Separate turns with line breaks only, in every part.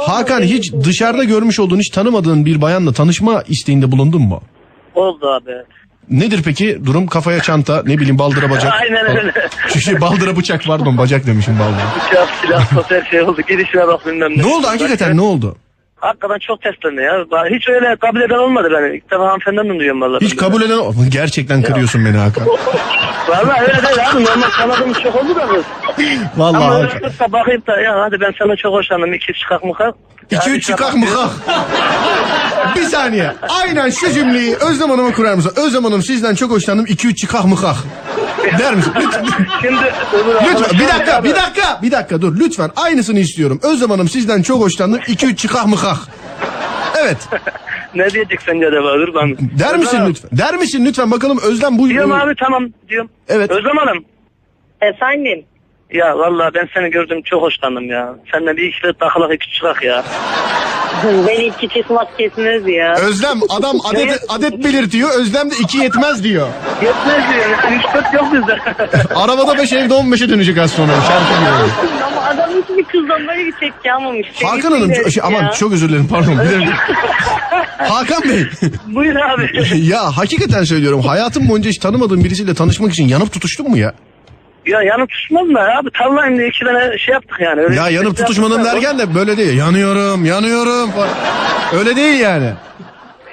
Hakan hiç dışarıda görmüş olduğun hiç tanımadığın bir bayanla tanışma isteğinde bulundun mu?
Oldu abi.
Nedir peki durum kafaya çanta ne bileyim baldıra bacak?
Aynen öyle.
Şu şey baldıra bıçak pardon bacak demişim baldıra.
Silah, silah, sos her şey oldu. Gidişine bak bilmem ne.
Ne oldu hakikaten ne oldu?
Hakikaten çok testlendi ya. Daha Hiç öyle kabul eden olmadı ben. İlk defa hanımefendiden duyuyorum vallahi.
Hiç kabul eden gerçekten kırıyorsun beni Hakan.
Valla öyle değil abi. Normal tanıdığım çok oldu da kız.
Vallahi
Ama
Hakan.
öyle da bakayım da ya hadi ben sana çok hoşlandım. İki çıkak mı kalk?
İki üç çıkak mı kalk? bir saniye. Aynen şu cümleyi Özlem Hanım'a kurar mısın? Özlem Hanım sizden çok hoşlandım. İki üç çıkak mı kalk? Der misin? Lütfen.
Şimdi öbür
Lütfen bir dakika
arkadaşlar-
bir dakika bir dakika dur lütfen aynısını istiyorum. Özlem Hanım sizden çok hoşlandım. 2-3 çıkah mı kah. Evet
Ne diyecek sence de Bahadır ben?
der misin
Özlem-
lütfen? Der misin lütfen bakalım Özlem bu...
Diyorum abi tamam diyorum.
Evet.
Özlem Hanım.
Efendim?
Ya valla ben seni gördüm çok hoşlandım ya. Seninle bir ikili takılak iki çıkak ya.
Ben iki çıkmak kesmez ya.
Özlem adam adet, adet belirtiyor Özlem de 2 yetmez diyor.
Yetmez diyor. Yani üç dört yok bizde.
Arabada 5 evde 15'e dönecek az sonra şarkı gibi.
Ama adam hiçbir kızdan böyle bir tepki almamış.
Hakan Hanım
Sevgili
şey,
ya.
aman çok özür dilerim pardon. bir dakika. Hakan Bey
Buyur abi.
ya hakikaten söylüyorum hayatım boyunca hiç tanımadığın birisiyle tanışmak için yanıp tutuştun mu ya?
ya yanıp tutuşmadım da abi tarlayım diye iki tane şey yaptık yani. Öyle
Ya
bir- şey
yanıp tutuşmanın derken de böyle değil. Yanıyorum, yanıyorum falan. Öyle değil yani.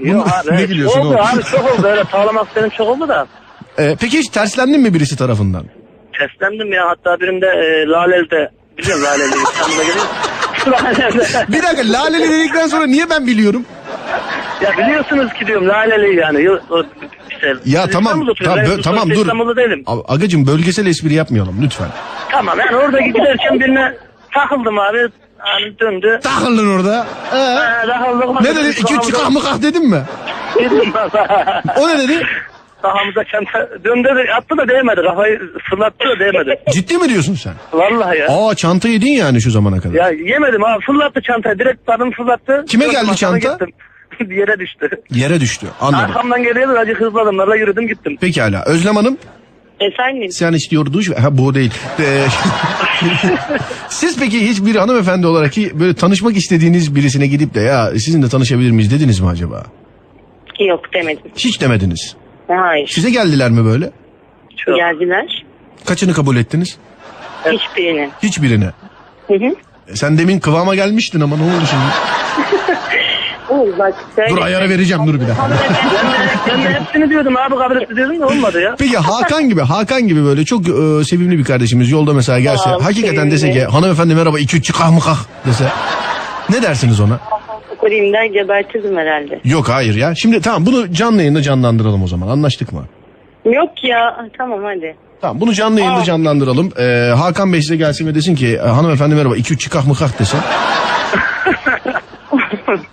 Yok abi,
Ne
evet,
gülüyorsun
Oldu
oğlum?
abi çok oldu öyle tavlamak benim çok oldu da.
Ee, peki hiç terslendin mi birisi tarafından?
Testlendim ya hatta birinde e, Lalel'de. Biliyorum Lalel'de İstanbul'a geliyor. Lalel'de.
Bir dakika laleli dedikten sonra niye ben biliyorum?
Ya biliyorsunuz ki diyorum Laleli yani. Yo- o- işte,
Ya
biz
tamam.
İstanbul'da oturuyoruz.
Tamam,
Ben
bö- tamam
sonuçta
dur.
İstanbul'da değilim.
A- Agacım bölgesel espri yapmayalım lütfen.
Tamam yani orada giderken birine takıldım abi. Yani döndü.
Takıldın orada. Ee,
Ha, takıldım.
ne dedi? İki üç çıkah mı kah dedin mi?
Dedim
O ne dedi?
Sahamıza çanta döndü de attı da değmedi. Kafayı fırlattı da değmedi.
Ciddi mi diyorsun sen?
Vallahi ya.
Aa çanta yedin yani şu zamana kadar.
Ya yemedim abi fırlattı çantayı. Direkt kadın fırlattı.
Kime
Dört
geldi
masana
çanta?
gittim. Yere düştü.
Yere düştü anladım.
Arkamdan geliyordu da acı hızlı adımlarla yürüdüm gittim.
Pekala Özlem Hanım
Efendim?
Sen istiyor duş. Ha bu o değil. Ee, Siz peki hiç bir hanımefendi olarak ki böyle tanışmak istediğiniz birisine gidip de ya sizinle tanışabilir miyiz dediniz mi acaba?
Yok demedim.
Hiç demediniz.
Hayır.
Size geldiler mi böyle?
Çok.
Geldiler.
Kaçını kabul ettiniz?
Hiçbirini.
Hiçbirini.
Hı hı.
E, Sen demin kıvama gelmiştin ama ne oldu şimdi?
Oğuz bak söyle.
Dur ayara vereceğim dur bir dakika.
Ben de hepsini diyordum abi kabul etti diyordum da olmadı ya.
Peki Hakan gibi Hakan gibi böyle çok e, sevimli bir kardeşimiz yolda mesela gelse
Aa,
hakikaten
sevimli.
dese ki hanımefendi merhaba iki üç çıkah mı kah dese ne dersiniz ona?
Kolimden gebertirdim herhalde.
Yok hayır ya. Şimdi tamam bunu canlı yayında canlandıralım o zaman anlaştık mı?
Yok ya. Tamam hadi.
Tamam bunu canlı yayında
Aa.
canlandıralım. Ee, Hakan Bey size gelsin ve desin ki "E, hanımefendi merhaba 2-3 çıkah mıkah desin.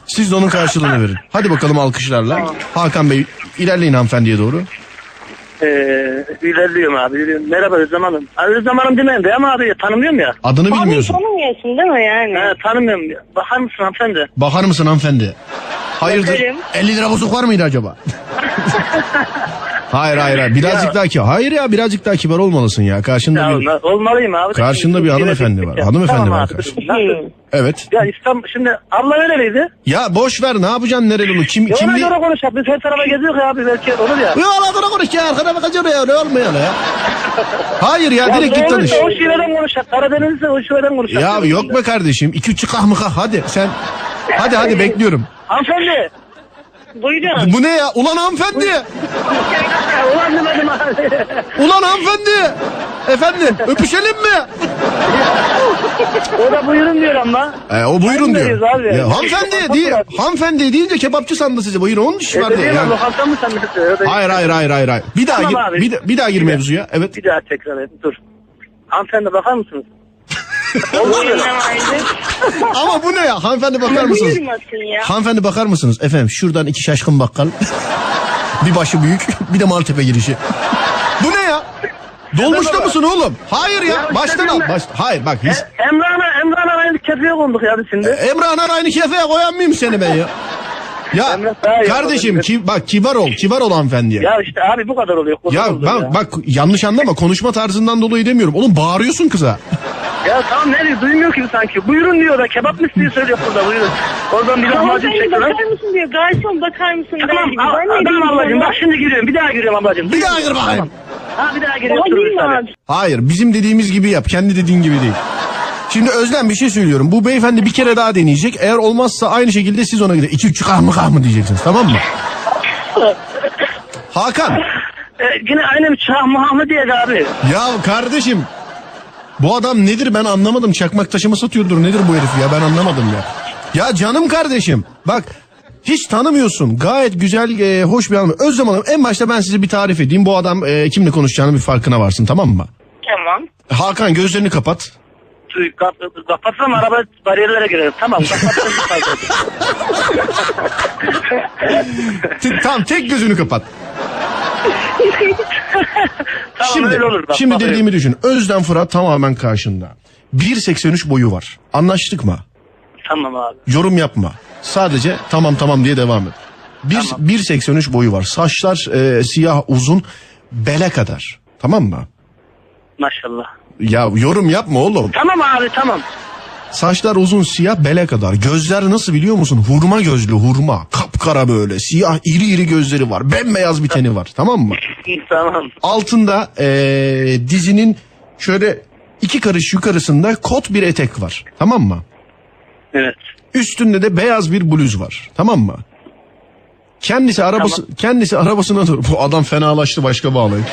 Siz de onun karşılığını verin. Hadi bakalım alkışlarla. Hakan Bey ilerleyin hanımefendiye doğru.
Ee, ilerliyorum abi. Yürüyorum. Merhaba Özlem Hanım. Abi, Özlem Hanım demeyin de ama abi tanımıyorum ya.
Adını bilmiyorsun.
Abi tanımıyorsun değil mi yani?
He, tanımıyorum. ya. Bakar mısın hanımefendi?
Bakar mısın hanımefendi? Hayırdır?
Bakarım.
50 lira bozuk var mıydı acaba? hayır hayır hayır. Birazcık daha ki. Hayır ya birazcık daha kibar olmalısın ya. Karşında
Ya,
bir...
na- olmalıyım abi.
Karşında bir hanımefendi var. Hanımefendi var
abi,
karşında.
Nasıl?
Evet.
Ya İstanbul şimdi abla nereliydi?
Ya boş ver ne yapacaksın nereli bu? Kim,
Ya ona
kimli...
göre konuşalım. Biz her tarafa geziyoruz ya abi belki olur ya.
Ya aladana konuş ya arkana bakınca oraya ne olmuyor ya. Hayır ya,
Ya şey
direkt git
doğru
tanış.
ise O şiveden konuşacak. Karadeniz'de o şiveden konuşacak.
Ya
Diyorum ben
yok
de.
be kardeşim iki üç kah mı kah hadi sen. Hadi hadi bekliyorum.
Hanımefendi.
Buyurun.
Bu ne ya? Ulan hanımefendi.
Ulan demedim abi.
Ulan hanımefendi. Efendim öpüşelim mi?
o da buyurun diyor ama.
E, o buyurun diyor.
Hanımefendiyiz abi.
Ya, hanımefendi değil, hanımefendi deyince kebapçı sandı sizi. Buyurun onun işi var
Öyle
diye.
değil mi?
Yani.
Lokantan mı sen bilirsin? Öyle-
Hayır hayır hayır hayır. hayır. Bir daha
Tamam
gir,
abi.
bir, de- bir daha gir
Bir de-
mevzuya. Evet.
Bir daha tekrar et. Dur. Hanımefendi bakar mısınız?
Buyurun haydi.
Ama bu ne ya? Hanımefendi bakar mısınız?
Buyurmasın ya.
Hanımefendi bakar mısınız? Efendim şuradan iki şaşkın bakkal. bir başı büyük bir de Maltepe girişi. Bu ne ya? Dolmuşta mısın oğlum? Hayır ya.
Ya
Baştan
işte
al.
bilmem.
Baş... Hayır bak. Biz...
Emrah'la Emrah'la aynı kefeye konduk ya biz şimdi.
Emre Anar aynı kefeye koyan mıyım seni ben ya? Ya
Emrah daha iyi
kardeşim
olabilir.
ki, bak kibar ol. Kibar ol hanımefendiye. Ya,
Ya işte abi bu kadar oluyor. kusur oldu
ben, bak yanlış anlama konuşma tarzından dolayı demiyorum. Oğlum bağırıyorsun kıza.
Ya tamam ne diyor duymuyor ki sanki. Buyurun diyor da kebap mı istiyor söylüyor burada buyurun. Oradan bir
Tamam
lahmacun
sen
çekiyor.
bakar mısın diyor. Garson bakar mısın der
Tamam
gibi.
al,
Ben ne diyeyim
tamam ablacığım
sana?
bak şimdi giriyorum bir daha giriyorum ablacığım.
Bir daha gir bakayım.
Ha bir daha
Daha
giriyorum. dur bir
girme
saniye.
abi.
Hayır bizim dediğimiz gibi yap. Kendi dediğin gibi değil. Şimdi Özlem bir şey söylüyorum. Bu beyefendi bir kere daha deneyecek. Eğer olmazsa aynı şekilde siz ona gidin. İki üç kah mı kah mı diyeceksiniz tamam mı? Hakan.
Ee, yine aynı bir çağ Muhammed diye abi.
Ya kardeşim. Bu adam nedir ben anlamadım. Çakmak taşıma satıyordur nedir bu herif ya ben anlamadım ya. Ya canım kardeşim bak hiç tanımıyorsun. Gayet güzel, e, hoş bir hanım. Özlem Hanım en başta ben size bir tarif edeyim. Bu adam e, kimle konuşacağını bir farkına varsın tamam mı?
Tamam.
Hakan gözlerini kapat.
Tüy, kap- Kapatsam araba bariyerlere girer. Tamam kapatsam bir fark etmez.
Te- tamam tek gözünü kapat.
Tamam
Şimdi,
öyle olur. Bak,
şimdi
bakayım.
dediğimi düşün. Özlem Fırat tamamen karşında. 1.83 boyu var. Anlaştık mı?
Tamam abi.
Yorum yapma. Sadece tamam tamam diye devam et. Bir- 1.83 boyu var. Saçlar e, siyah uzun bele kadar. Tamam mı?
Maşallah.
Ya yorum yapma oğlum.
Tamam abi tamam.
Saçlar uzun siyah bele kadar. Gözler nasıl biliyor musun? Hurma gözlü hurma. Kapkara böyle. Siyah iri iri gözleri var. Bembeyaz bir teni var. Tamam mı?
tamam.
altında eee, dizinin şöyle iki karış yukarısında kot bir etek var. Tamam mı?
Evet.
Üstünde de beyaz bir bluz var. Tamam mı? Kendisi arabası kendisi arabasına dur. Bu adam fenalaştı başka bağlayın.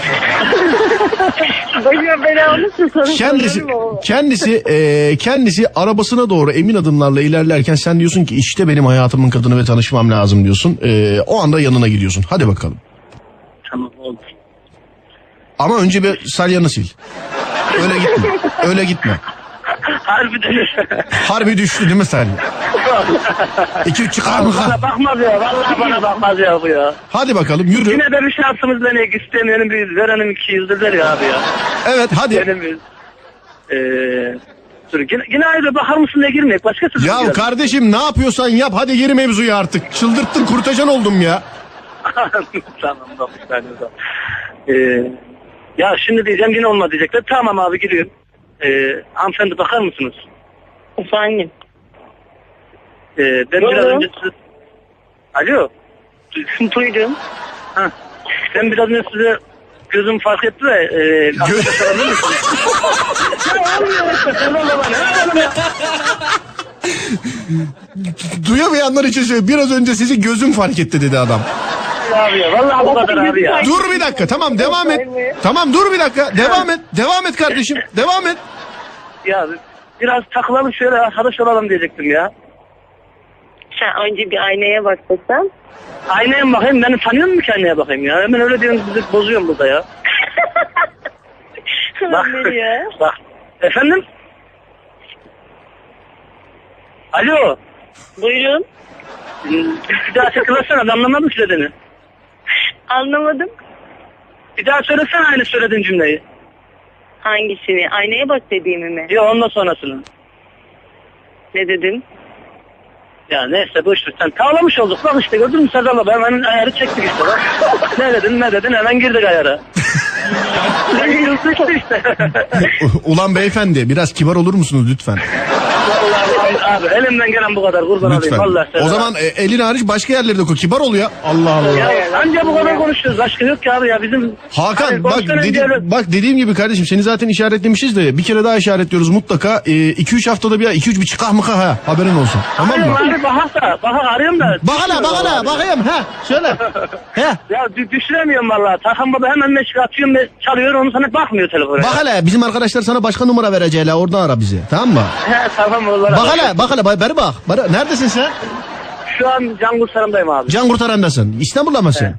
Başıma bela olursa sorun
Kendisi
sorarım o.
kendisi eee, kendisi arabasına doğru emin adımlarla ilerlerken sen diyorsun ki işte benim hayatımın kadını ve tanışmam lazım diyorsun. Eee, o anda yanına gidiyorsun. Hadi bakalım.
Tamam oldu.
Ama önce bir salyanı sil. Öyle gitme. Öyle gitme.
Harbiden.
Harbi düştü değil mi salya? İki üç çıkar mı?
bana bakmaz ya. Vallahi bana bakmaz ya bu ya.
Hadi bakalım yürü.
Yine de bir şansımız denek istemeyenin bir yüz verenin iki yüz der ya abi ya.
Evet hadi.
Benim bir... Ee, dur yine, yine ayrı bakar mısın ne girmek? Başka türlü
Ya
girer.
kardeşim ne yapıyorsan yap hadi geri mevzuya artık. Çıldırttın kurtacan oldum ya.
tamam bak bir saniye daha. Ee, ya şimdi diyeceğim yine olmaz diyecekler. Tamam abi giriyorum. Ee, hanımefendi bakar mısınız?
Efendim.
Ee, ben
Alo.
biraz önce size... Alo.
Duydum.
Ha. Ben biraz önce size gözüm fark etti de... E,
Gö- Duyamayanlar için söylüyorum. Biraz önce sizi gözüm fark etti dedi adam.
abi ya. Vallahi bu kadar abi ya.
Dur bir dakika tamam devam et. Tamam dur bir dakika devam et. Devam et kardeşim devam et.
Ya biraz takılalım şöyle arkadaş olalım diyecektim ya.
Sen önce bir aynaya bak bakalım.
Aynaya mı bakayım beni tanıyor musun ki aynaya bakayım ya? Hemen öyle diyorsun bizi bozuyorsun burada ya. Bak.
Ömer ya.
Bak. Efendim? Alo.
Buyurun.
Bir daha takılasana ben anlamadım ki dediğini.
Anlamadım.
Bir daha söylesene aynı söylediğin cümleyi.
Hangisini? Aynaya bak dediğimi mi?
Ya ondan sonrasını.
Ne dedim?
Ya neyse bu işte sen tavlamış olduk. Bak işte gördün mü Serdar Baba hemen ayarı çektik işte bak. ne dedin ne dedin hemen girdik ayara. Yıldık işte.
Uh, Ulan beyefendi biraz kibar olur musunuz lütfen?
Vallahi abi, abi elimden gelen bu kadar kurban olayım.
Lütfen.
Vallahi
O
Serdar.
zaman e, elin hariç başka yerlere de koy. Kibar ol ya. Allah Allah.
Ya, anca bu kadar konuşuyoruz. Başka yok ki abi ya bizim...
Hakan
Hani
bak,
konuştan önce
dedi,
öyle-
bak dediğim gibi kardeşim seni zaten işaretlemişiz de bir kere daha işaretliyoruz mutlaka. 2-3 haftada bir 2-3 bir çıkah mıkah ha haberin olsun tamam mı?
Arıyorum abi bahar da. Bahar arıyorum da.
Bakala bakala bakayım ha söyle. He
Ya d- düşüremiyorum vallahi. Tarkan baba hemen meşgul atıyorum ve çalıyor onu sana bakmıyor telefona.
bak hele bizim arkadaşlar sana başka numara vereceğiler oradan ara bizi tamam mı?
He Tarkan babalara.
Bak hele bak hele beri bak. Beri- neredesin sen?
Şu an Can Kurtaran'dayım abi.
Can kurtarandasın. İstanbul'da mısın?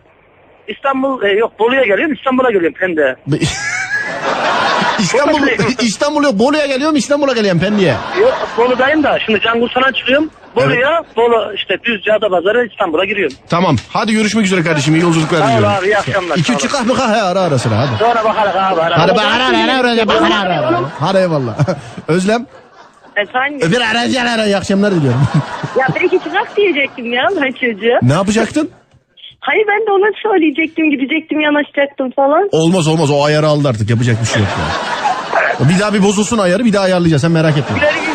İstanbul e, yok Bolu'ya geliyorum İstanbul'a geliyorum Pendik'e.
İstanbul, İstanbul yok. Bolu'ya geliyorum İstanbul'a geliyorum Pendik'e.
Yok Bolu'dayım da şimdi Can Kurtaran'a çıkıyorum. Bolu'ya Bolu işte Düzce Adapazarı İstanbul'a giriyorum.
Tamam. Hadi görüşmek üzere kardeşim. İyi yolculuklar
Sağ ol
diliyorum.
abi, iyi akşamlar,
2-3
sağ ol.
çıkah mıkah he ara ara sıra hadi.
Sonra bakarız abi. ara-
Hadi bak ara ara ara ara bak, ara ara ara. Hadi eyvallah. Özlem
Efendim?
öbür ara ara ara iyi akşamlar diliyorum.
ya belki çırak diyecektim ya ben çocuğa.
ne yapacaktın?
Hayır ben de ona söyleyecektim gidecektim yanaşacaktım falan.
Olmaz olmaz o ayarı aldı artık yapacak bir şey yok ya. Bir daha bir bozulsun ayarı bir daha ayarlayacağız sen merak etme.